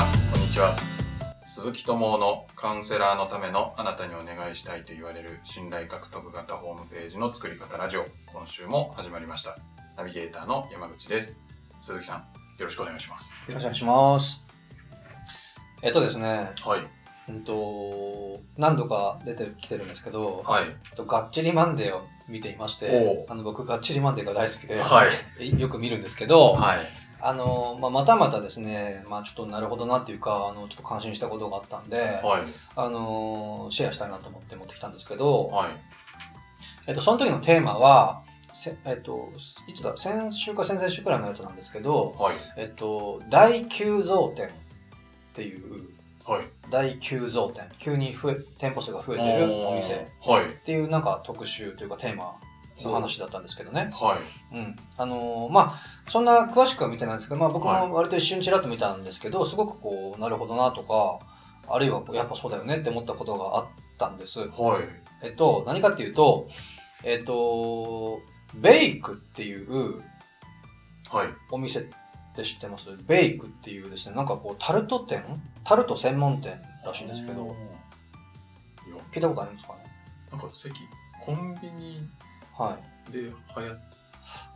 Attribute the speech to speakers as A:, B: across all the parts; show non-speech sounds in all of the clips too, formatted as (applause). A: は鈴木智夫のカウンセラーのためのあなたにお願いしたいと言われる信頼獲得型ホームページの作り方ラジオ今週も始まりましたナビゲーターの山口です鈴木さんよろしくお願いします
B: よろしくお願いします。えっとですね、
A: はい
B: うんと、何度か出てきてるんですけど、
A: はい
B: えっとがっちりマンデーを見ていまし
A: お
B: て
A: う、
B: あの僕、がっちりマンデーが大好きで、
A: はい
B: よく見るんですけど、
A: はい
B: あの、まあ、またまたですね、まあ、ちょっとなるほどなっていうか、あの、ちょっと感心したことがあったんで、
A: はい
B: あの、シェアしたいなと思って持ってきたんですけど、
A: はい
B: えっと、その時のテーマは、せえっと、いつだ、先週か先々週くらいのやつなんですけど、
A: はい
B: えっと、大急増店っていう、
A: はい
B: 大急増店急に増え店舗数が増えてるお店っ
A: はい
B: ていうなんか特集というかテーマの話だったんですけどね、
A: はい
B: うんあのーまあそんな詳しくは見てないんですけど、まあ、僕
A: はい
B: も割と一瞬ちらっと見たんですけどすごくこうなるほどなとかあるいはこうやっぱそうだよねって思ったことがあったんです
A: はい
B: えっと何かっていうとえっとベイクっていう
A: はい
B: お店って知ってますベイクっていうですねなんかこうタルト店タルト専門店らしいんですけど
A: いや
B: 聞いたことありますかね
A: なんか関コンビニ
B: はい
A: で流行っ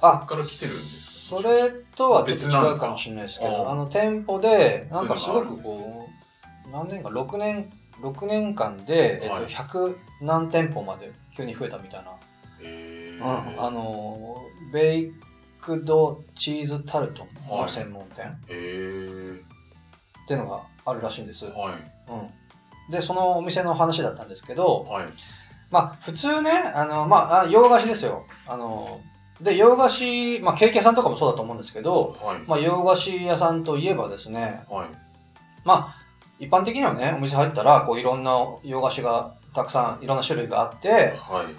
B: あ
A: そっから来てるんですか
B: それとはちょっと違うかもしれないですけ
A: 別なんです
B: ど、
A: か
B: あの店舗で、なんかす
A: そうい
B: ご
A: うの
B: く
A: があるんです
B: こう、何年か、6年、6年間で、えっ
A: はい
B: と、100何店舗まで急に増えたみたいな。
A: えー
B: うんあの、ベイクドチーズタルトの専門店っ
A: えー
B: ていうのがあるらしいんです。うん。
A: はい
B: で、そのお店の話だったんですけど、
A: はい
B: まあ、普通ね、あの、まああ、洋菓子ですよ。あの、で、洋菓子、まあ、ケーキ屋さんとかもそうだと思うんですけど、
A: はい
B: まあ、洋菓子屋さんといえばですね、
A: はい
B: まあ、一般的にはね、お店入ったら、こう、いろんな洋菓子がたくさん、いろんな種類があって、
A: はい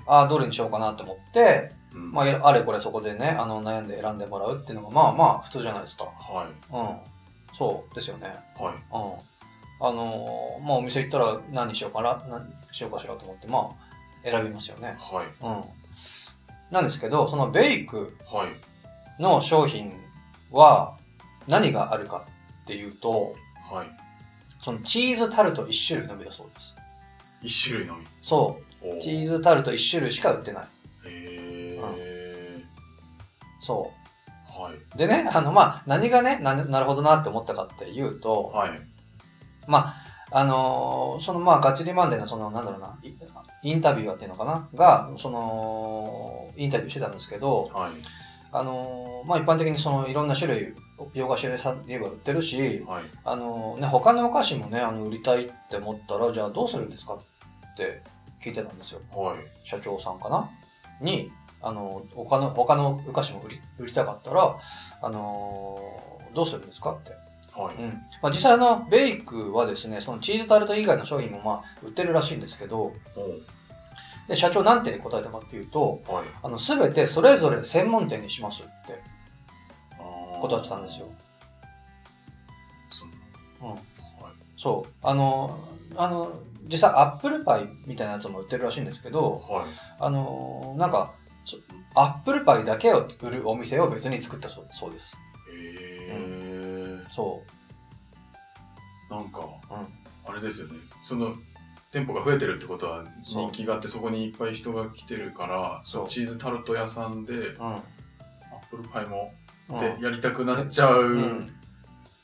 B: ああ、どれにしようかなと思って、
A: うん
B: まあ、あれこれそこでね、あの、悩んで選んでもらうっていうのが、まあまあ、普通じゃないですか。
A: は
B: うん。そうですよね。
A: いはい
B: うん。あのーまあ、お店行ったら何にしようかな、何しようかしらと思って、まあ、選びますよね。
A: はい
B: うん。なんですけど、そのベイク
A: はい
B: の商品は何があるかっていうと、
A: はい
B: そのチーズタルト1種類のみだそうです。
A: 一種類のみ
B: そ
A: お
B: う。
A: ー
B: チーズタルト1種類しか売ってない。
A: えー
B: そ。
A: はいう
B: でね、あ (laughs) の、まあ、何がね、な、なるほどなって思ったかっていうと、
A: はい
B: まあ、あのーその、まあ、ガチリマンデーの、その、なんだろうな、イインタビュアーっていうのかなが、その、インタビューしてたんですけど、
A: はい
B: あのーまあ、一般的にその、いろんな種類、洋菓子屋さんで言えば売ってるし、
A: はい
B: あのーね、他のお菓子もね、あの、売りたいって思ったら、じゃあどうするんですかって聞いてたんですよ。
A: はい
B: 社長さんかなに、あの、他の、他のお菓子も売り、売りたかったら、あのーどうするんですかって。
A: は
B: う
A: い
B: ん。まあ、実際あの、ベイクはですね、そのチーズタルト以外の商品もまあ、売ってるらしいんですけど、
A: おー
B: で、社長なんて答えたかっていうと、
A: はい
B: あの、すべてそれぞれ専門店にしますって
A: 答
B: 答えてたんですよ。
A: その
B: うん。
A: はい
B: そう。あの、あの、実際アップルパイみたいなやつも売ってるらしいんですけど、
A: はい
B: あのーなんか、そアップルパイだけを売るお店を別に作ったそうそうです。
A: えー
B: そう。
A: なんか
B: うん
A: あれですよねその店舗が増えてるってことは
B: そう
A: 人気があってそこにいっぱい人が来てるから
B: そう
A: チーズタルト屋さんで
B: うん
A: アップルパイも
B: うん
A: でやりたくなっちゃ
B: う、
A: うん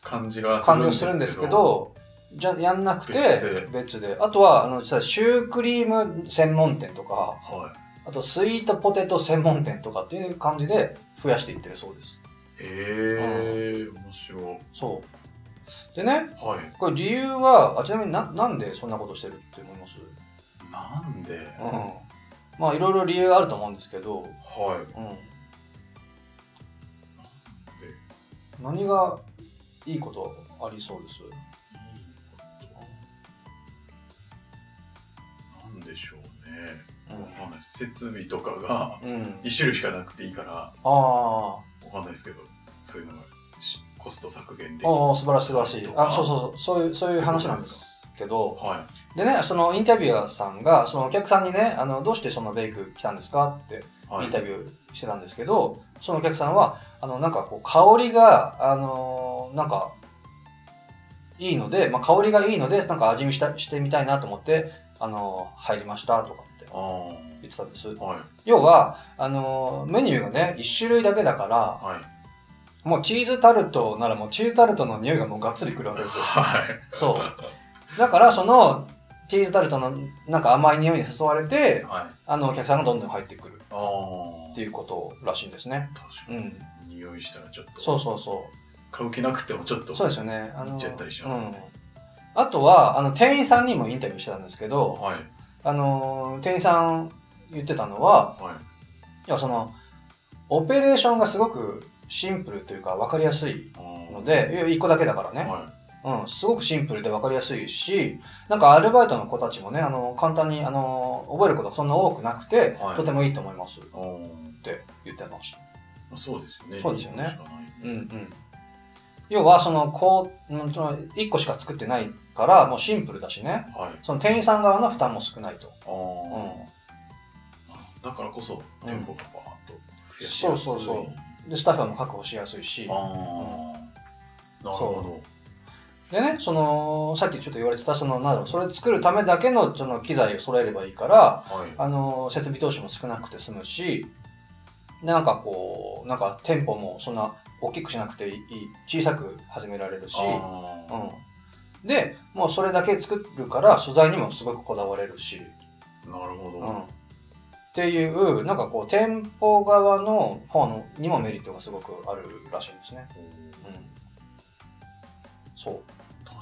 A: 感じがす
B: 完
A: るん
B: 了
A: ですす
B: る
A: け
B: ん
A: ど
B: ですけど、じゃやんなくて
A: 別で
B: 別で。あとは、あの、さ、シュークリーム専門店とか、
A: は
B: あとスイートポテト専門店とかっていう感じで増やしていってるそうです。
A: いへえ面白い
B: そう。でね、
A: はい
B: これ理由は、あちなみにななんでそんなことしてるって思います
A: なんで
B: うん。まあ、いろいろ理由あると思うんですけど、
A: は
B: うん。何がいいことありそうです
A: いいいことなんでしょうねわかんない設備とかが
B: うん。うん、
A: 1種類しかなくていいから
B: ああ。
A: わかんないですけどそういうのがしコスト削減でき
B: おお素晴らしい素晴らしい
A: とか
B: あそうそうそうそういうそういう話なんですけど
A: は
B: でねそのインタビュアーさんがそのお客さんにねあのどうしてそのベイク来たんですかって
A: いは
B: イ
A: い
B: ンタビューしてたんですけど、そのお客さんはあのなんかこう香りがあのーなんかいいので、まあ、香りがいいので、なんか味見したしてみたいなと思って、あの、入りましたとかって
A: ああ
B: 言ってたんです。
A: はい
B: 要は、あの、メニューがね、1種類だけだから、
A: はい
B: もうチーズタルトならもうチーズタルトの匂いがもうがっつりくるわけですよ。
A: はい
B: そう。だから、その、チーズタルトのなんか甘い匂いに誘われて、
A: はい
B: あの、お客さんがどんどん入ってくる
A: ああ
B: っていうことらしいんですね。
A: 確か
B: うん。
A: に匂いしたらちょっと
B: そうそうそ
A: 買う気なくてもちょっと
B: う。そうですよね。あ
A: 行
B: の、
A: っちゃったりしますよね
B: うんあとは、あの、店員さんにもインタビューしてたんですけど、
A: はい
B: あのー店員さん言ってたのは、
A: はい
B: いやその、オペレーションがすごくシンプルというか分かりやすいの
A: の
B: で、いや一個だけだからね、
A: は
B: うん、すごくシンプルで分かりやすいし、なんかアルバイトの子たちもね、あの簡単に、あの覚えることがそんな多くなくて、
A: はい
B: とてもいいと思いますっ
A: いうん
B: て言ってました。
A: まあそうですよね
B: そうですよ
A: 日
B: ね
A: 本しかない
B: うんうん。要は、その、こう、うんその一個しか作ってないから、もうシンプルだしね、
A: はい
B: その店員さん側の負担も少ないと。
A: ああ、だからこそ
B: うん
A: 店舗がバーッと増やしやすい、
B: そうそうそうで、スタッフも確保しやすいし、
A: ああなるほ
B: でね、その、さっきちょっと言われてた、その、なんだろう、それ作るためだけの、その、機材を揃えればいいから、
A: どはい
B: あの、設備投資も少なくて済むし、で、なんかこう、なんか店舗もそんな大きくしなくていい、小さく始められるし、う
A: あ
B: ん。で、もうそれだけ作るから、素材にもすごくこだわれるし、
A: あなるほど、
B: うん。っていう、なんかこう、店舗側の方のにもメリットがすごくあるらしいんですね。う
A: おー
B: ん。そう、
A: 確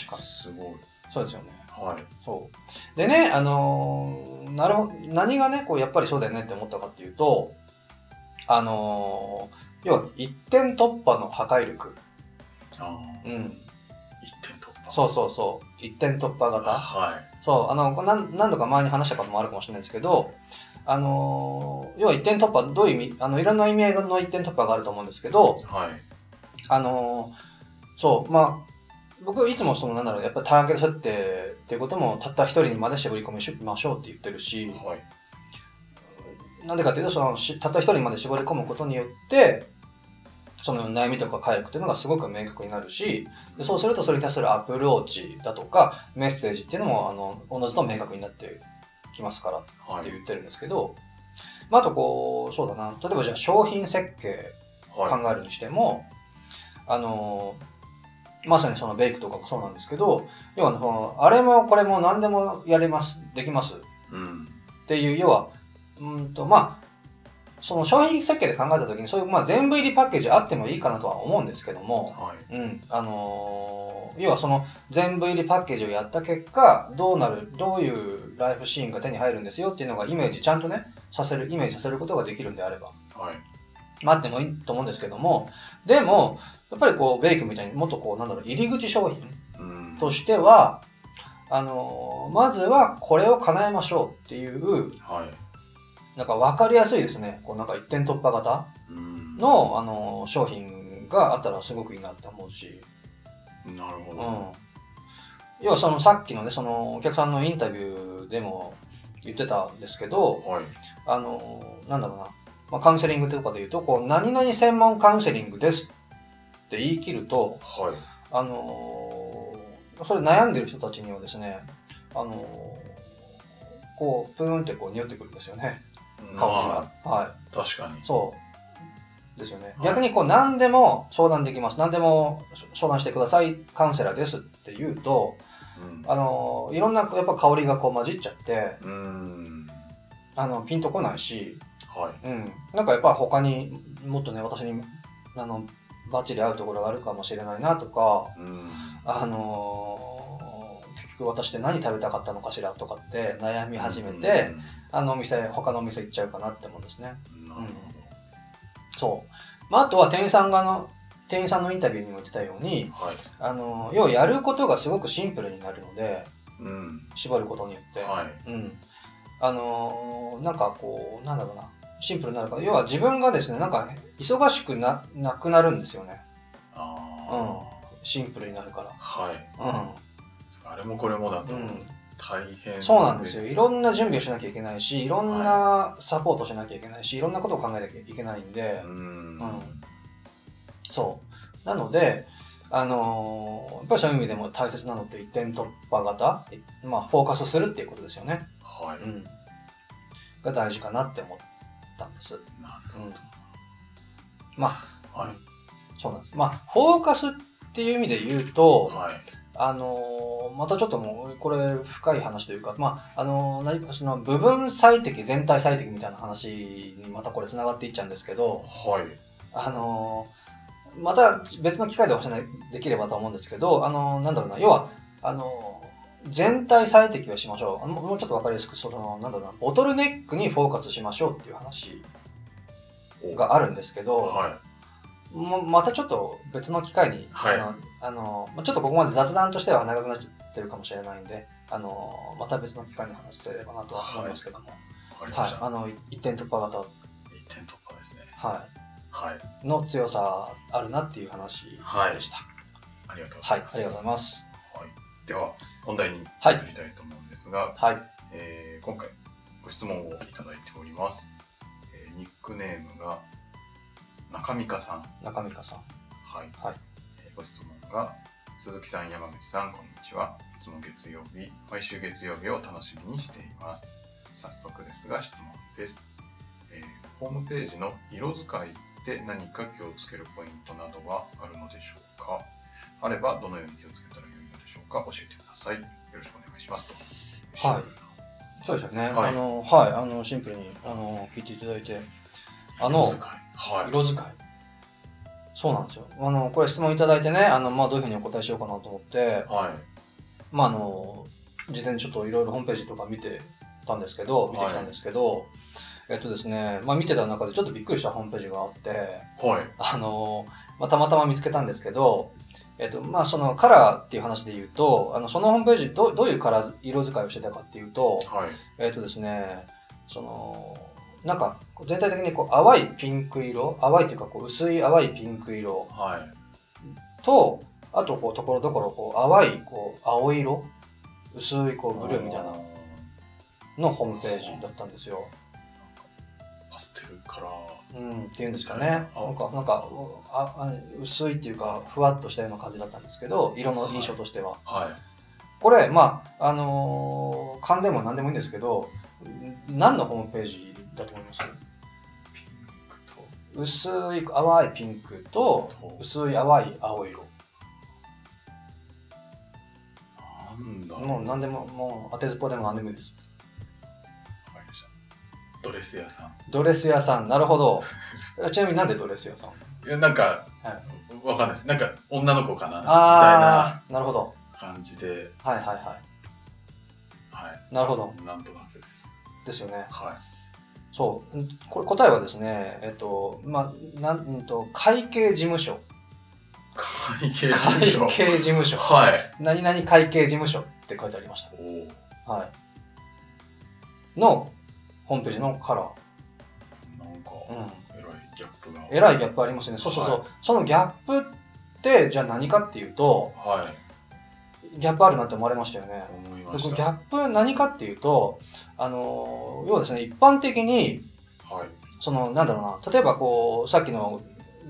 B: 確か
A: かに
B: に。
A: すごい
B: そうですよね。
A: はい
B: そう。でね、あのーなるほど、何がね、こう、やっぱりそうだよねって思ったかっていうと、あのー要は、一点突破の破壊力。
A: ああ
B: うん。
A: 一点突破
B: そうそうそう。一点突破型。
A: はい
B: そう、あの、これ何何度か前に話したこともあるかもしれないですけど、あのー要は一点突破、どういう意味、あの、いろんな意味合いの一点突破があると思うんですけど、
A: はい
B: あのーそう、まあ、僕いつもその、なんだろう、やっぱターゲット設定っていうことも、たった一人にまで絞り込みましょうって言ってるし、
A: はい
B: なんでかっていうと、そのし、たった一人まで絞り込むことによって、その悩みとか解力っていうのがすごく明確になるし、でそうするとそれに対するアプローチだとか、メッセージっていうのも、あの、おのずと明確になってきますからっ
A: はい
B: て言ってるんですけど、まあ、あとこう、そうだな、例えばじゃあ商品設計考
A: は
B: えるにしても、あの、まさにそのベイクとかもそうなんですけど、要はその、あれもこれも何でもやれます、できます
A: いうん
B: っていう、要は、うーんと、まあ、その商品設計で考えたときに、そういう、まあ、全部入りパッケージあってもいいかなとは思うんですけども、
A: はい
B: うん、あのー要はその全部入りパッケージをやった結果、どうなる、どういうライフシーンが手に入るんですよっていうのがイメージ、ちゃんとね、させる、イメージさせることができるんであれば、
A: はい
B: 待ってもいいと思うんですけども、でも、やっぱりこう、ベイクみたいにもっとこう、なんだろう、入り口商品
A: うん
B: としては、あのーまずはこれを叶えましょうっていう、
A: はい
B: なんか分かりやすいですね。こうなんか一点突破型
A: うん
B: の、あの、商品があったらすごくいいなって思うし、
A: なるほ
B: うん
A: ど、。
B: 要はそのさっきのね、そのお客さんのインタビューでも言ってたんですけど、
A: はい
B: あの、なんだろうな。まあ、カウンセリングとかで言うと、こう、何々専門カウンセリングですって言い切ると、
A: はい
B: あのーそれ悩んでる人たちにはですね、あのーこう、プーンってこう匂ってくるんですよね、香り
A: ま
B: が。はい。
A: あ確かに
B: そう。ですよね。
A: はい
B: 逆にこう何でも相談できます。何でも相談してください。カウンセラーですって言うと、
A: うん
B: あの、いろんなやっぱ香りがこう混じっちゃって、
A: うん
B: あの、ピンとこないし、
A: はい
B: うん。なんかやっぱ他にもっとね、私に、あの、バッチリ合うところがあるかもしれないなとか、
A: うん
B: あの結局私って何食べたかったのかしらとかって悩み始めて、あのお店、他のお店行っちゃうかなって思うんですね。
A: うんなる
B: そう。まあ、あとは店員さんがの、店員さんのインタビューにも言ってたように、
A: ほどはい
B: あの、要はやることがすごくシンプルになるので、
A: うん
B: 絞ることによって。
A: はい
B: うん。あの、なんかこう、なんだろうな。シンプルになるから、要は自分がですね、なんか忙しくな、なくなるんですよね。
A: ああ、
B: シンプルになるか
A: はい
B: ら。
A: あれもこれもだ
B: う
A: と
B: ん。うん。
A: 大変、
B: そうなんですよ。いろんな準備をしなきゃいけないし、いろんなサポートしなきゃいけないし、いろんなことを考えなきゃいけないんで、
A: うん、
B: うんそう。なので、あのーやっぱりそういう意味でも大切なのって一点突破型、まあ、フォーカスするっていうことですよね。
A: は
B: う
A: い。
B: ん。が大事かなって思ったんです。
A: なる
B: うん。
A: はい。
B: そうなんです。まあ、フォーカスっていう意味で言うと、
A: はい。
B: あのーまたちょっともう、これ深い話というか、まあ、あのーなその部分最適、全体最適みたいな話にまたこれ繋がっていっちゃうんですけど、
A: はい。
B: あのーまた別の機会でお話できればと思うんですけど、あのーなんだろうな、要は、あのー全体最適をしましょう。あのもうちょっとわかりやすく、その、なんだろうな、ボトルネックにフォーカスしましょうっていう話
A: お
B: があるんですけど、
A: は
B: ままたちょっと別の機会に、
A: はい
B: あのあのまちょっとここまで雑談としては長くなってるかもしれないんであのまた別の機会に話せればなとは思いますけども、はい
A: い。わかりました。
B: あのい一点突破型、
A: 一点突破ですね。
B: は
A: はい。
B: い、の強さあるなっていう話で
A: はい
B: した。
A: ありがとうござ
B: はいい、
A: ま
B: あ
A: す。
B: りがとうございます。
A: では、本題に移
B: はい
A: りたいと思うんですが、
B: はい、
A: えー今回ご質問をいただいております。えーニックネームが中美香さん。
B: 中美香さん。
A: はい。
B: はい
A: えーご質問が鈴木さん、山口さん、こんにちは。いつも月曜日、毎週月曜日を楽しみにしています。早速ですが質問です。えーホームページの色使いって何か気をつけるポイントなどはあるのでしょうかあればどのように気をつけたらよいのでしょうか教えてください。よろしくお願いしますと。
B: はいそうですよね。
A: はい
B: あのはい、あのシンプルにあの聞いていただいて、あの
A: 色使い。はい。
B: 色使い。そうなんですよ。あのこれ質問いただいてね、あのまあどういうふうにお答えしようかなと思って、
A: は
B: まああの事前にちょっといろいろホームページとか見てたんですけど、見てきたんですけど、えっとですね、まあ見てた中でちょっとびっくりしたホームページがあって。
A: い。はい。
B: あのまあ、たまたま見つけたんですけど、えっと、まあ、そのカラーっていう話で言うと、あの、そのホームページど、どういうカラー、色使いをしてたかっていうと、
A: はい。
B: えっとですね、その、なんか、こう全体的にこう、淡いピンク色、淡いというか、こう、薄い淡いピンク色
A: はい。
B: と、あと、こう、ところどころ、こう、淡い、こう、青色、薄い、こう、ブルーみたいな
A: あー
B: のホームページだったんですよ。
A: パステルカラー。
B: うん、っていうんですかね。なん
A: あ
B: か、なんか、ああ薄いっていうか、ふわっとしたような感じだったんですけど、色の印象としては。
A: はい。
B: これ、まあ、あのー、勘でも何でもいいんですけど、ん何のホームページだと思います
A: ピンクと
B: 薄い淡いピンクと、薄い淡い青色。
A: なんだ
B: もう何でも、もう当てずっぽうでも何でもいいです。
A: わかりましたドレス屋さん
B: ドレス屋さん、なるほど。 (laughs) ちなみになんでドレス屋さん
A: いやなんか、
B: は
A: わかんないですなんか女の子かなみた
B: ああ、なるほど。
A: いな感じで
B: はいはいは。
A: はい
B: なるほど。
A: いなんとなくです
B: ですよね。
A: は
B: そう。んこれ答えはですね、えっと、まあ、なんうんと、会計事務所。
A: い会計事
B: 会
A: 務所
B: 計事務所。
A: はい
B: 何々会計事務所って書いてありました。
A: おお
B: はい。の、ホームページのカラ
A: なんか、
B: ー。うん。
A: えらいギャップが
B: えらいギャップありますよね。そうそうそう。
A: は
B: そのギャップって、じゃあ何かっていうと、
A: は
B: ギャップあるなって思われましたよね
A: い。思い
B: で
A: ま
B: こ
A: し
B: れギ
A: た
B: ャップ何かっていうと、あのー、要はですね、一般的に、
A: はい
B: その、なんだろうな、例えばこう、さっきの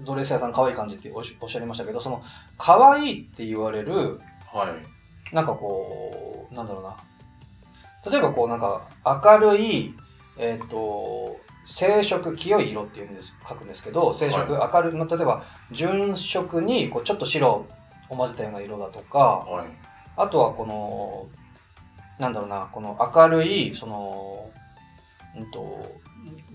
B: ドレス屋さん可愛い感じっておっしおっしゃいましたけど、その、可愛いって言われる、
A: はい
B: なんかこう、なんだろうな。例えばこう、なんか、明るい、えっ、と、生色、清い色っていうんです、書くんですけど、生色、明るい、まあ、例えば、純色に、こう、ちょっと白を混ぜたような色だとか、
A: はい
B: あとはこの、なんだろうな、この明るい、その、うんと、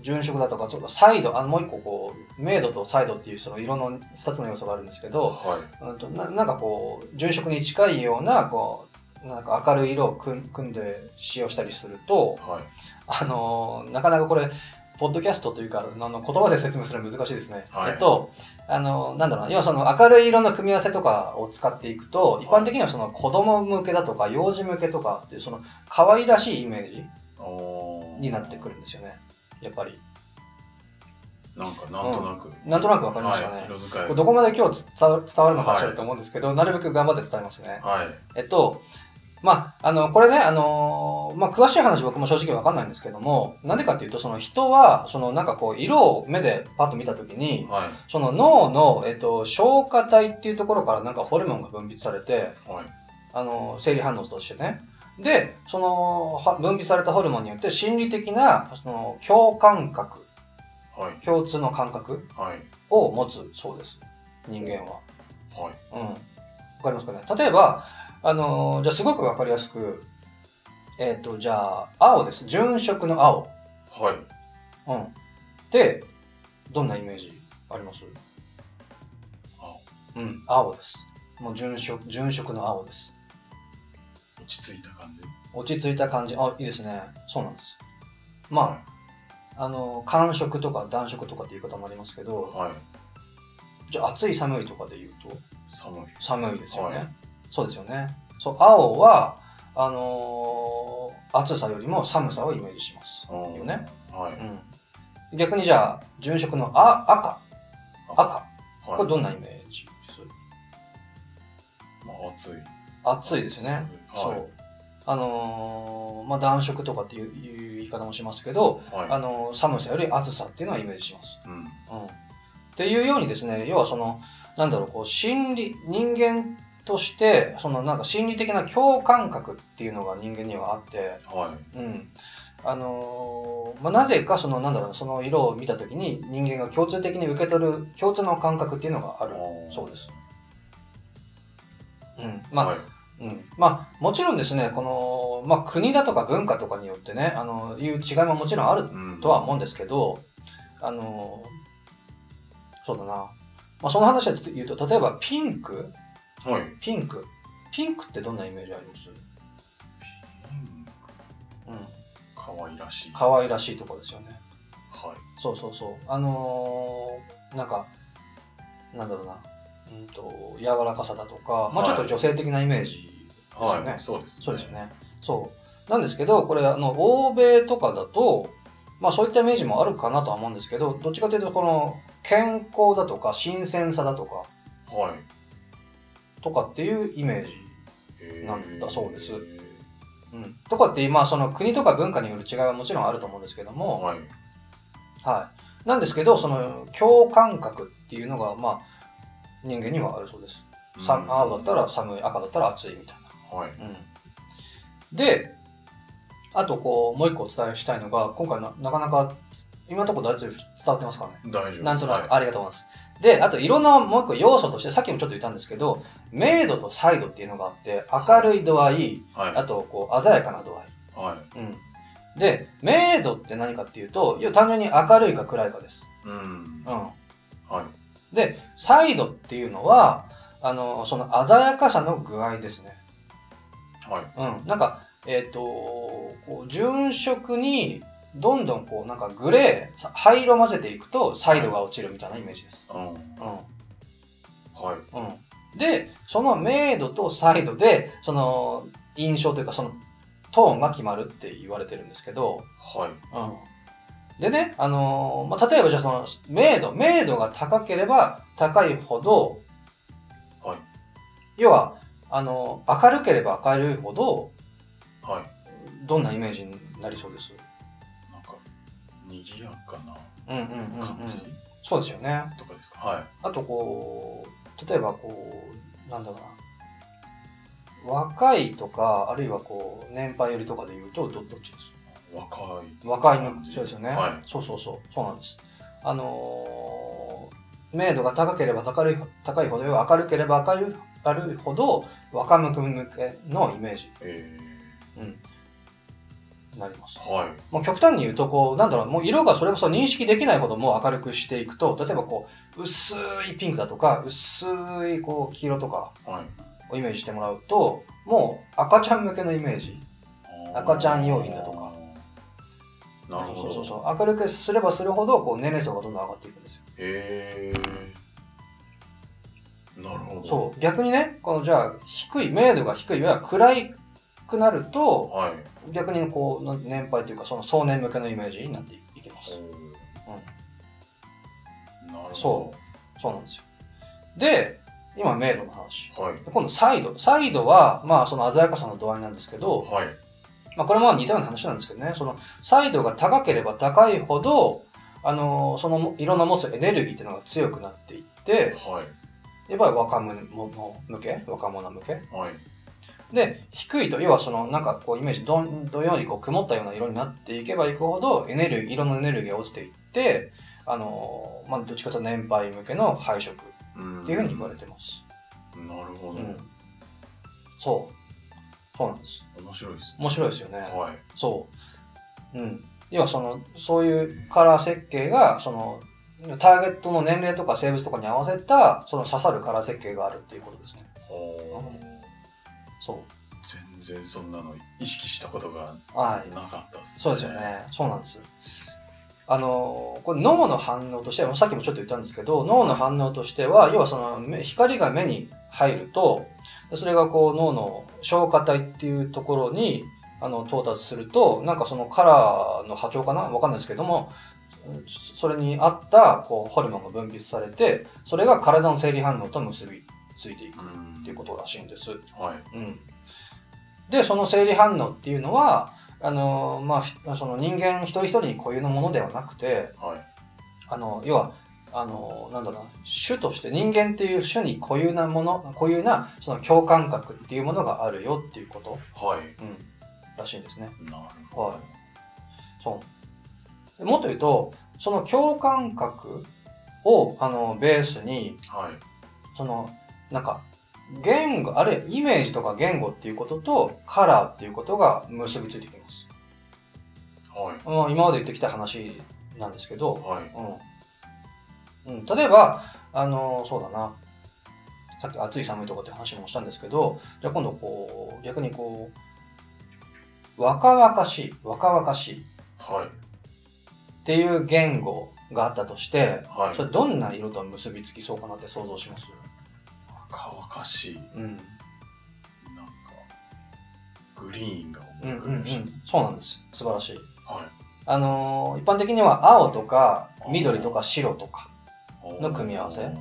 B: 純色だとか、ちょっとサイド、あの、もう一個こう、明度とサイドっていうその色の二つの要素があるんですけど、
A: は
B: うんとななんかこう純色に近いようなこうなんか明るい色を組ん組んで使用したりすると
A: い、はい
B: あのーなかなかこれポッドキャストというかあの言葉で説明するの難しいですね。
A: はい
B: えっとあのーなんだろうな要はその明るい色の組み合わせとかを使っていくと一般的にはその子供向けだとか幼児向けとかっていうその可愛らしいイメージ
A: おー
B: になってくるんですよね。やっぱり
A: なんかなんとなく、
B: なんとなくわかりますよね
A: はい、色使い
B: これどこまで今日伝わ伝わるのかしらと思うんですけど、なるべく頑張って伝えますね。
A: はい
B: えっと、まあ、あの、これね、あのーまあ、詳しい話僕も正直わかんないんですけども、なんでかっていうと、その人は、そのなんかこう、色を目でパッと見たときに、
A: は
B: その脳の、えっと、消化体っていうところからなんかホルモンが分泌されて、
A: い。はい。
B: あの、生理反応としてね。で、その、は分泌されたホルモンによって心理的な、その、共感覚、
A: はい。
B: 共通の感覚
A: はい。
B: を持つそうです。人間は。
A: はい。
B: うん。わかりますかね例えば、あのーじゃあすごくわかりやすく、えっ、と、じゃあ、青です。純色の青。
A: はい。
B: うん。で、どんなイメージあります
A: 青
B: うん、青です。もう純色、純色の青です。
A: 落ち着いた感じ。
B: 落ち着いた感じ。あ、いいですね。そうなんです。ま
A: は
B: あ、あのー、寒色とか暖色とかって言い方もありますけ
A: い。
B: ど、
A: はい。
B: じゃあ暑い寒いとかで言うと、
A: 寒い。
B: 寒いですよね、
A: はい
B: そうですよねそう青はあのー暑さよりも寒さをイメージします、
A: うん
B: よね。
A: は
B: う
A: い。
B: ん、逆にじゃあ純色のあ赤赤こ
A: は
B: れ
A: い。
B: どんなイメージする
A: まあ、暑い。
B: 暑いですね、そ
A: は
B: うあのーまあ暖色とかっていういう言い方もしますけど、
A: い。はい。
B: あのー寒さより暑さっていうのはイメージします
A: うん。
B: うんっていうようにですね、要はその、なんだろう、こう、心理、人間として、そのなんか心理的な共感覚っていうのが人間にはあって、
A: はい。
B: うん。あのーまあ、なぜかその、なんだろうな、その色を見たときに人間が共通的に受け取る共通の感覚っていうのがある
A: あ。ー
B: そうです。うん。まあ、
A: はい。
B: うん、まあもちろんですねこの、まあ、国だとか文化とかによってねあのいう違いももちろんある
A: うん。
B: とは思うんですけど、あの、そうだな。まあ、その話で言うと、例えばピンク
A: はい。
B: ピンク。ピンクってどんなイメージあります
A: うん
B: うん。
A: 可愛らしい。は
B: 可愛らしいとこですよね。
A: い。
B: そうそうそう。あのーなんか、なんだろうな。うんと、柔らかさだとか、ま
A: は
B: あ
A: い
B: ちょっと女性的なイメージですよね。
A: はい。そうですね。
B: そうですよね。そう。なんですけど、これ、あの、欧米とかだと、まあそういったイメージもあるかなとは思うんですけど、どっちかというと、この、健康だとか、新鮮さだとか、
A: はい。
B: とかっていうイメージ。
A: へー
B: なんだそうですうん。とかって、まあその国とか文化による違いはもちろんあると思うんですけども、
A: はい。
B: はい。なんですけど、その、共感覚っていうのが、まあ、人間にはあるそうです。さ
A: うん
B: 青だったら寒い、赤だったら暑いみたい
A: はい。
B: な。うん。で、あとこう、もう一個お伝えしたいのが、今回ななかなか、今のところ大丈夫伝わってますかね
A: 大丈夫
B: なんとなく、
A: は
B: ありがとうございます。で、あと色のもう一個要素として、さっきもちょっと言ったんですけど、明度と彩度っていうのがあって、明るい度合い、
A: い。は
B: あとこう鮮やかな度合い。
A: い。は
B: うん。で、明度って何かっていうと、要は単純に明るいか暗いかです。
A: い。うん。
B: うん。
A: はい。
B: で、彩度っていうのは、あの、その鮮やかさの具合ですね。
A: はい。
B: うん。なんか、えっ、と、こう、純色に、どんどんこう、なんかグレー、さ灰色混ぜていくと、彩度が落ちるみたいなイメージです。
A: うん。
B: うん。
A: はい。
B: うん、でその明度と彩度でその印象というかそのトーンが決まるって言われてるんですけど、
A: はい。
B: うん、でね、あのーまあ、例えばじゃあその明度明度が高ければ高いほど
A: はい。
B: 要はあのー明るければ明るいほど
A: はい。
B: どんなイメージになりそうです
A: なんか、賑やか
B: うんうんうん、うん
A: な感じ
B: そうですよね
A: とかですか。はい。
B: あとこう例えばこうなんだろうな若いとかあるいはこう年配よりとかで言うとどどっちです
A: 若い。
B: 若いのそうですよね、
A: はい
B: そうそうそうそうなんですあのー明度が高ければ高い高いほど要は明るければ明るい明るいほど若むく向けのイメージ
A: え
B: になります
A: ー、はい。
B: もう極端に言うとこうなんだろうもう色がそれこそ認識できないほどもう明るくしていくと例えばこう薄いピンクだとか薄いこう黄色とか
A: はい。
B: をイメージしてもらうともう赤ちゃん向けのイメージ
A: あー
B: 赤ちゃん用品だとか。
A: なるほど。
B: そうそうそう明るくすればするほどこう年齢層がどんどん上がっていくんですよ
A: へー。なるほど。
B: そう逆にねこのじゃあ低い明度が低いいわゆる暗いくなると
A: はい。
B: 逆にこうなん年配というかその壮年向けのイメージになっていきます
A: うん。なるほど。
B: そうそうなんですよで今、明度の話。
A: はい。
B: で今度、サイド。サイドは、まあ、その鮮やかさの度合いなんですけど、
A: はい。
B: まあ、これも似たような話なんですけどね、その、サイドが高ければ高いほど、あのーその色の持つエネルギーっていうのが強くなっていって、
A: はい。
B: やっぱり若者向け若者向け
A: はい。
B: で、低いと、要はその、なんかこう、イメージ、どん、どんよりこう、曇ったような色になっていけばいくほど、エネルギー、色のエネルギーが落ちていって、あのーまあ、どっちかというと年配向けの配色っ
A: うん
B: ていうふうに言われてます。
A: なるほ
B: う
A: ど。
B: ん。そう。そうなんです。
A: 面白いですね。
B: 面白いですよね。
A: は
B: そう。うん。要はその、そういうカラー設計が、その、ターゲットの年齢とか性別とかに合わせた、その刺さるカラー設計があるっていうことですね。
A: い。ほう
B: そ
A: 全然そんなの意識したことが
B: う。はい。
A: なかったですね。
B: そうですよ。ね。そうなんです。あの、これ脳の反応としては、さっきもちょっと言ったんですけど、脳の反応としては、要はその目光が目に入ると、でそれがこう脳の消化体っていうところにあの到達すると、なんかそのカラーの波長かなわかんないですけども、そそれに合ったこうホルモンが分泌されて、それが体の生理反応と結びついていく
A: うん。
B: っていうことらしいんです。
A: はい。
B: うん、でその生理反応っていうのはあのーまあひその人間一人一人に固有のものではなくて
A: はい。
B: あの要はあのーなんだろうな種として人間っていう種に固有なもの固有なその共感覚っていうものがあるよっていうこと、
A: はい。
B: うん、らしいんですね。
A: なるほど。
B: はい、そうでもっと言うとその共感覚をあのベースに
A: はい。
B: その、なんか、言語、あるいはイメージとか言語っていうことと、カラーっていうことが結びついてきます。
A: はい。
B: まあ、今まで言ってきた話なんですけど、
A: はい。
B: うん。うん、例えば、あの、そうだな。さっき暑い寒いとかって話もしたんですけど、じゃあ今度こう、逆にこう、若々しい、若々しいっ
A: はい。
B: ていう言語があったとして、
A: はい。
B: それどんな色と結びつきそうかなって想像します
A: 若々しい。
B: う
A: なん
B: ん。
A: か、グリーンが
B: うん
A: 思い浮
B: う
A: か
B: ん
A: び
B: う
A: ました。
B: ん。そうなんです。素晴らしい。
A: はい。
B: あのー一般的には青とか緑とか白とか、の組み合わせ
A: はい。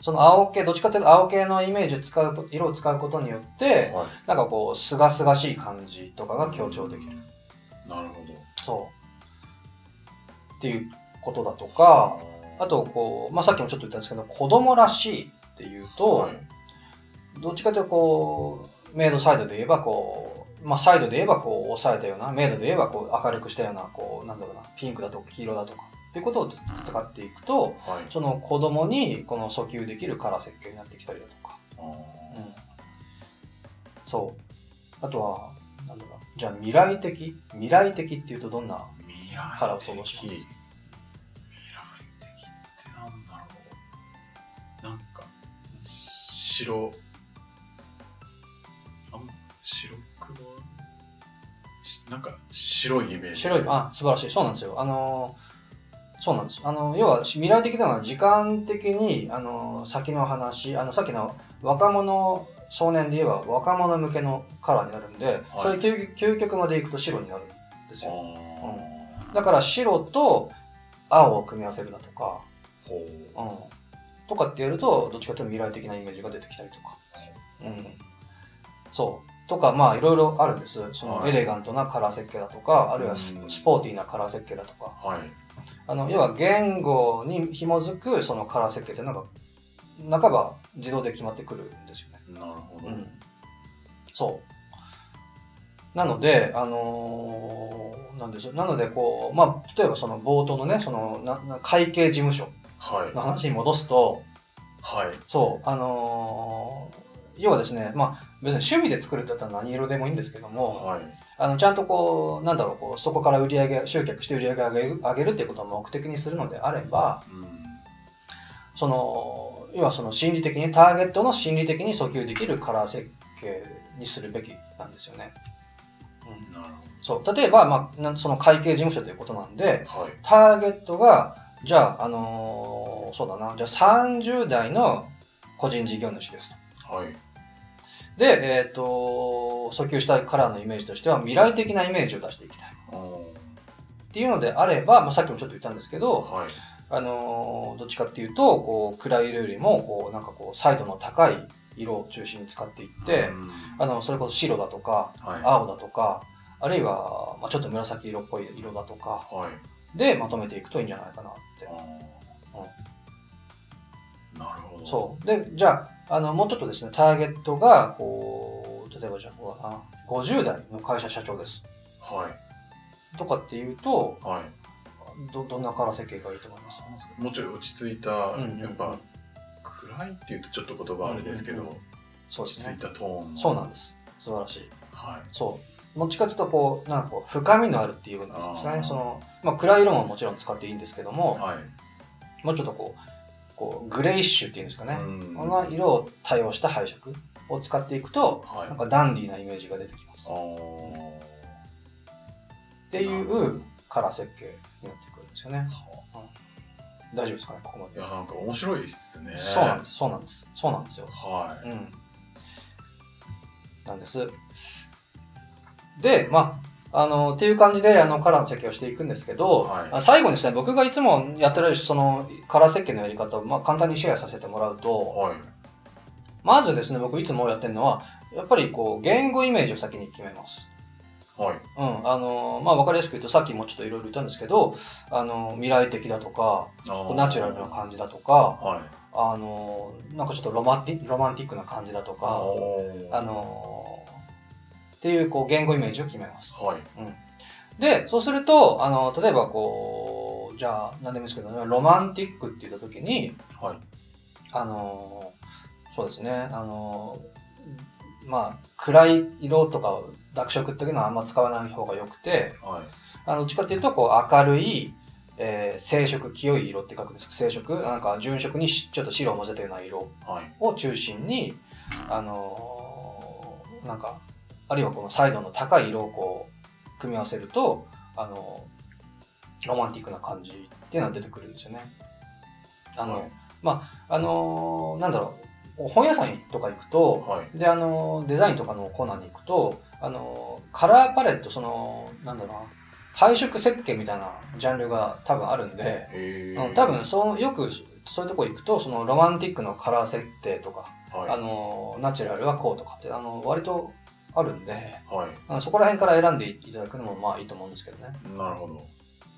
B: その青系、どっちかというと青系のイメージを使うこ、色を使うことによって、なんかこう、すがすがしい感じとかが強調できる。
A: る。なるほど。
B: そう。っていうことだとか、あ
A: と
B: とこう、まあ、さっきもちょっと言ったんですけど、子供らしいっていうと、
A: はい。
B: どっちかというとこう、メイドサイドで言えばこう、まあ、サイドで言えばこう、抑えたような、メイドで言えばこう、明るくしたような、こう、なんだろうな、ピンクだとか黄色だとか、っていうことをつ使っていくと、
A: はい。
B: その子供にこの訴求できるカラー設計になってきたりだとか、
A: あー
B: そうあとはなんだろうじゃあ未来的未来的っていうとどんな
A: 未来的
B: カラーを想像します
A: 未来的ってなんだろうなんか白あん白黒しなんか白いイメージ
B: 白いあ素晴らしいそうなんですよあのーそうなんですあの要はし未来的なのは時間的にあのー先の話あのさっきの若者少年で言えば若者向けのカラーになるんで、それ究究極までいくと白になるんですよ
A: あー
B: だから白と青を組み合わせるだとか
A: ほう
B: うん、とかってやるとどっちかというと未来的なイメージが出てきたりとか、うん、そうとかまあいろいろあるんですその
A: はい
B: エレガントなカラー設計だとかあるいはス
A: うん
B: スポーティーなカラー設計だとか
A: はい
B: あの要は言語に紐づくそのカラー設計ってなんか半ば自動で決まってくるんですよね。
A: なるほど、
B: うん、そうなのであのーなんでしょうなのでこうまあ例えばその冒頭のねそのなな会計事務所
A: はい
B: の話に戻すと、
A: はい
B: そう、あのー要はですね、まあ、別に趣味で作るってだったら何色でもいいんですけども、
A: はい
B: あの、ちゃんとこう、なんだろう、こう、そこから売り上げ、集客して売り上げ上げる上げるっていうことを目的にするのであれば、
A: うん
B: その、要はその心理的に、ターゲットの心理的に訴求できるカラー設計にするべきなんですよね。うん、
A: なる
B: そう、例えば、まあ、なんその会計事務所ということなんで、
A: ほどはい
B: ターゲットが、じゃあ、あのーそうだな、じゃあ30代の個人事業主ですと。
A: はい
B: で、えっ、と、訴求したいカラーのイメージとしては、未来的なイメージを出していきたい。っ
A: あー
B: ていうのであれば、まあ、さっきもちょっと言ったんですけど、
A: はい
B: あのーどっちかっていうと、こう、暗い色よりも、こう、なんかこう、彩度の高い色を中心に使っていって、
A: うん
B: あの、それこそ白だとか、
A: はい
B: 青だとか、あるいは、まあ、ちょっと紫色っぽい色だとか、
A: はい
B: でまとめていくといいんじゃないかなって
A: あ。ーなるほど
B: そう。で、じゃあ、あの、もうちょっとですね、ターゲットが、こう、例えばじゃあ、そうだな、50代の会社社長です。
A: はい
B: とかっていうと、
A: はい
B: ど、どんなカラー設計がいいと思います
A: もうちょい落ち着いた、
B: うんうん
A: やっぱ暗いっていうとちょっと言葉あれですけど、
B: うんうんそうで
A: 落
B: す
A: ち着い
B: ね。
A: たトーンの
B: そうなんです。素晴らしい。
A: はい
B: そう。どっちかっていうと、こう、なんかこう、深みのあるっていうんですか
A: あー
B: ね。その、まあ、暗い色ももちろん使っていいんですけども、
A: はい
B: もうちょっとこう、こう、グレイッシュっていうんですかね。
A: うん
B: この色を多用した配色を使っていくと、
A: はい
B: なんかダンディーなイメージが出てきます。
A: あ
B: っ
A: ー
B: ていうカラー設計になってくるんですよね。
A: は
B: 大丈夫ですかね、ここま
A: い
B: で。
A: やなんか面白いっすね
B: そうなんです、そうなんです、そうなんですよ。
A: は
B: うん。なんです。で、まあ、あの、っていう感じで、あの、カラーの設計をしていくんですけど、
A: はい
B: あ最後にですね、僕がいつもやってる、その、カラー設計のやり方を、まあ、簡単にシェアさせてもらう
A: い
B: と、
A: はい
B: まずですね、僕いつもやってるのは、やっぱりこう、言語イメージを先に決めます。
A: はい
B: うん、あの、まあ、わかりやすく言うと、さっきもちょっといろいろ言ったんですけど、あの、未来的だとか、
A: あー
B: ナチュラルな感じだとか、
A: はい
B: あのなんかちょっとロマンティロマンティックな感じだとか、
A: ー
B: あのっていうこう言語イメージを決めます。
A: はい
B: で、そうすると、あの例えばこう、じゃあ何でもいいですけど、ロマンティックって言った時に、
A: はい
B: あのそうですね、あのまあ、暗い色とか濁色っていうのはあんま使わない方が良くて、
A: はい
B: あの、どっちかっていうと、こう、明るい、えー、清色、清い色って書くんですけど、清色、なんか、純色にしちょっと白を混ぜたような色
A: はい
B: を中心に、あのーなんか、あるいはこのサイドの高い色をこう、組み合わせると、あのーロマンティックな感じっていうのが出てくるんですよね。あの、
A: はい
B: あのーなんだろう、本屋さんとか行くと、
A: はい
B: で、あの、デザインとかのコーナーに行くと、あの、カラーパレット、その、なんだろうな、配色設計みたいなジャンルが多分あるんで、
A: え
B: うん多分そう、よくそういうとこ行くと、そのロマンティックのカラー設定とか、
A: はい
B: あの、ナチュラルはこうとかって、あの、割とあるんで、
A: はい
B: あのそこら辺から選んでいただくのもまあいいと思うんですけどね。
A: なるほど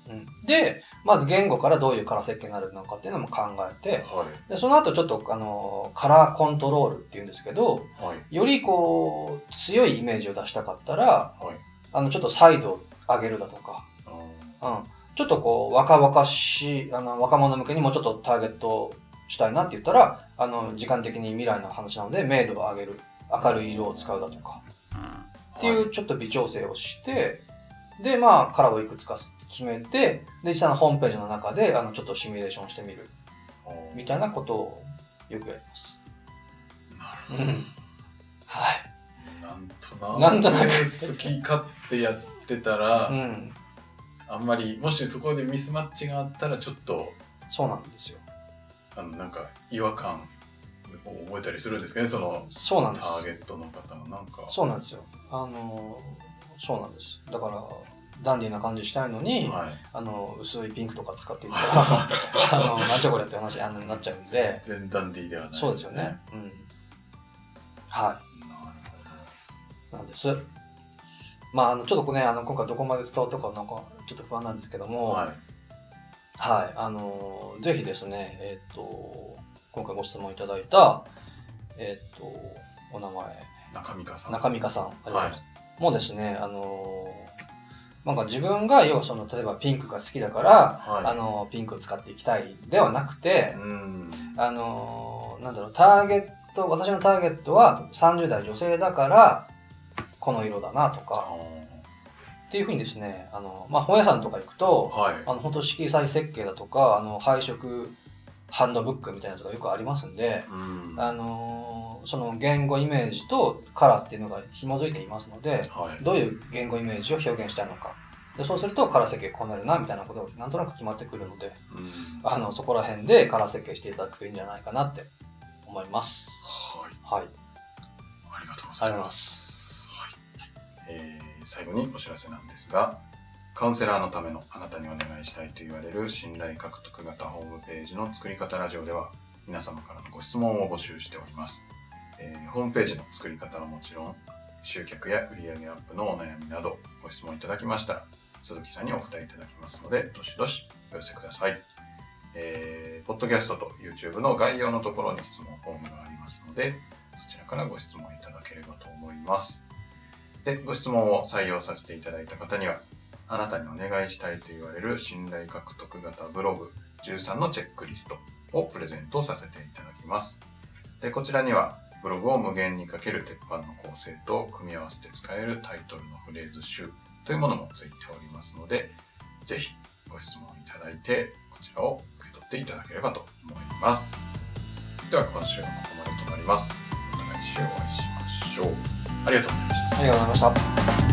B: うん、で、まず言語からどういうカラー設計になるのかっていうのも考えて、
A: はい
B: でその後ちょっとあのカラーコントロールっていうんですけど、
A: はい
B: よりこう強いイメージを出したかったら
A: はい
B: あのちょっとサイドを上げるだとか、
A: あー
B: うん、ちょっとこう若々しいあの若者向けにもうちょっとターゲットしたいなって言ったらあの時間的に未来の話なので明度を上げる明るい色を使うだとかってい
A: はいう
B: ちょっと微調整をしてでまあカラーをいくつか決めてで実際のホームページの中であのちょっとシミュレーションしてみる
A: あー
B: みたいなことをよくやります。
A: なるほ
B: う
A: ど
B: んはい
A: なんとなく
B: なんとなく
A: 好き勝手やってたら、
B: うん、
A: あんまりもしそこでミスマッチがあったらちょっと
B: そうなんですよ。
A: あのなんか違和感を覚えたりするんですかねその
B: そうなん
A: タ
B: です。
A: ーゲットの方のなんか
B: そうなんですよ。あのーそうなんです。だから、ダンディーな感じしたいのに、
A: はい、
B: あの、薄いピンクとか使っていったら、あの、なんじゃこれって話あのなっちゃうんで、
A: 全ダンディーではない
B: そうですよね。うん。は
A: なる
B: い、なんです。まあ、あの、ちょっとこうね、あの、今回どこまで伝わったか、なんか、ちょっと不安なんですけど
A: ほ
B: も、
A: ど
B: はい、
A: はい
B: あのーぜひですね、えっ、と、今回ご質問いただいた、えっ、と、お名前、
A: 中美香さん
B: 中美香さん、ありがとうございます
A: は
B: もうですね、あのーなんか自分が要はその例えばピンクが好きだから、
A: い
B: あ
A: はい
B: のーピンクを使っていきたいではなくて
A: う、ん
B: あのーなんだろうターゲット私のターゲットは30代女性だからこの色だなとか
A: あ
B: っていうふうにですね、あのまあ、本屋さんとか行くと
A: はい
B: あの本当色彩設計だとかあの配色ハンドブックみたいなやつがよくありますんで、
A: うんは
B: あのーその言語イメージとカラーっていうのが紐づいていますので、
A: い
B: どういう言語イメージを表現したいのかでそうするとカラー設計こうなるなみたいなことがなんとなく決まってくるので
A: うん
B: あのそこら辺でカラー設計していただくといいんじゃないかなって思います
A: はい
B: はい
A: ありがとうございます。はいえー最後にお知らせなんですが、カウンセラーのためのあなたにお願いしたいと言われる信頼獲得型ホームページの作り方ラジオでは皆様からのご質問を募集しております、えーホームページの作り方はもちろん集客や売上アップのお悩みなどご質問いただきましたら鈴木さんにお答えいただきますのでどしどしお寄せください、えーポッドキャストと YouTube の概要のところに質問フォームがありますのでそちらからご質問いただければと思いますでご質問を採用させていただいた方にはあなたにお願いしたいと言われる信頼獲得型ブログ13のチェックリストをプレゼントさせていただきます。で、こちらにはブログを無限にかける鉄板の構成と組み合わせて使えるタイトルのフレーズ集というものもついておりますので、ぜひご質問いただいてこちらを受け取っていただければと思います。では今週はここまでとなります。また来週お会いしましょう。ありがとうございました。
B: ありがとうございました。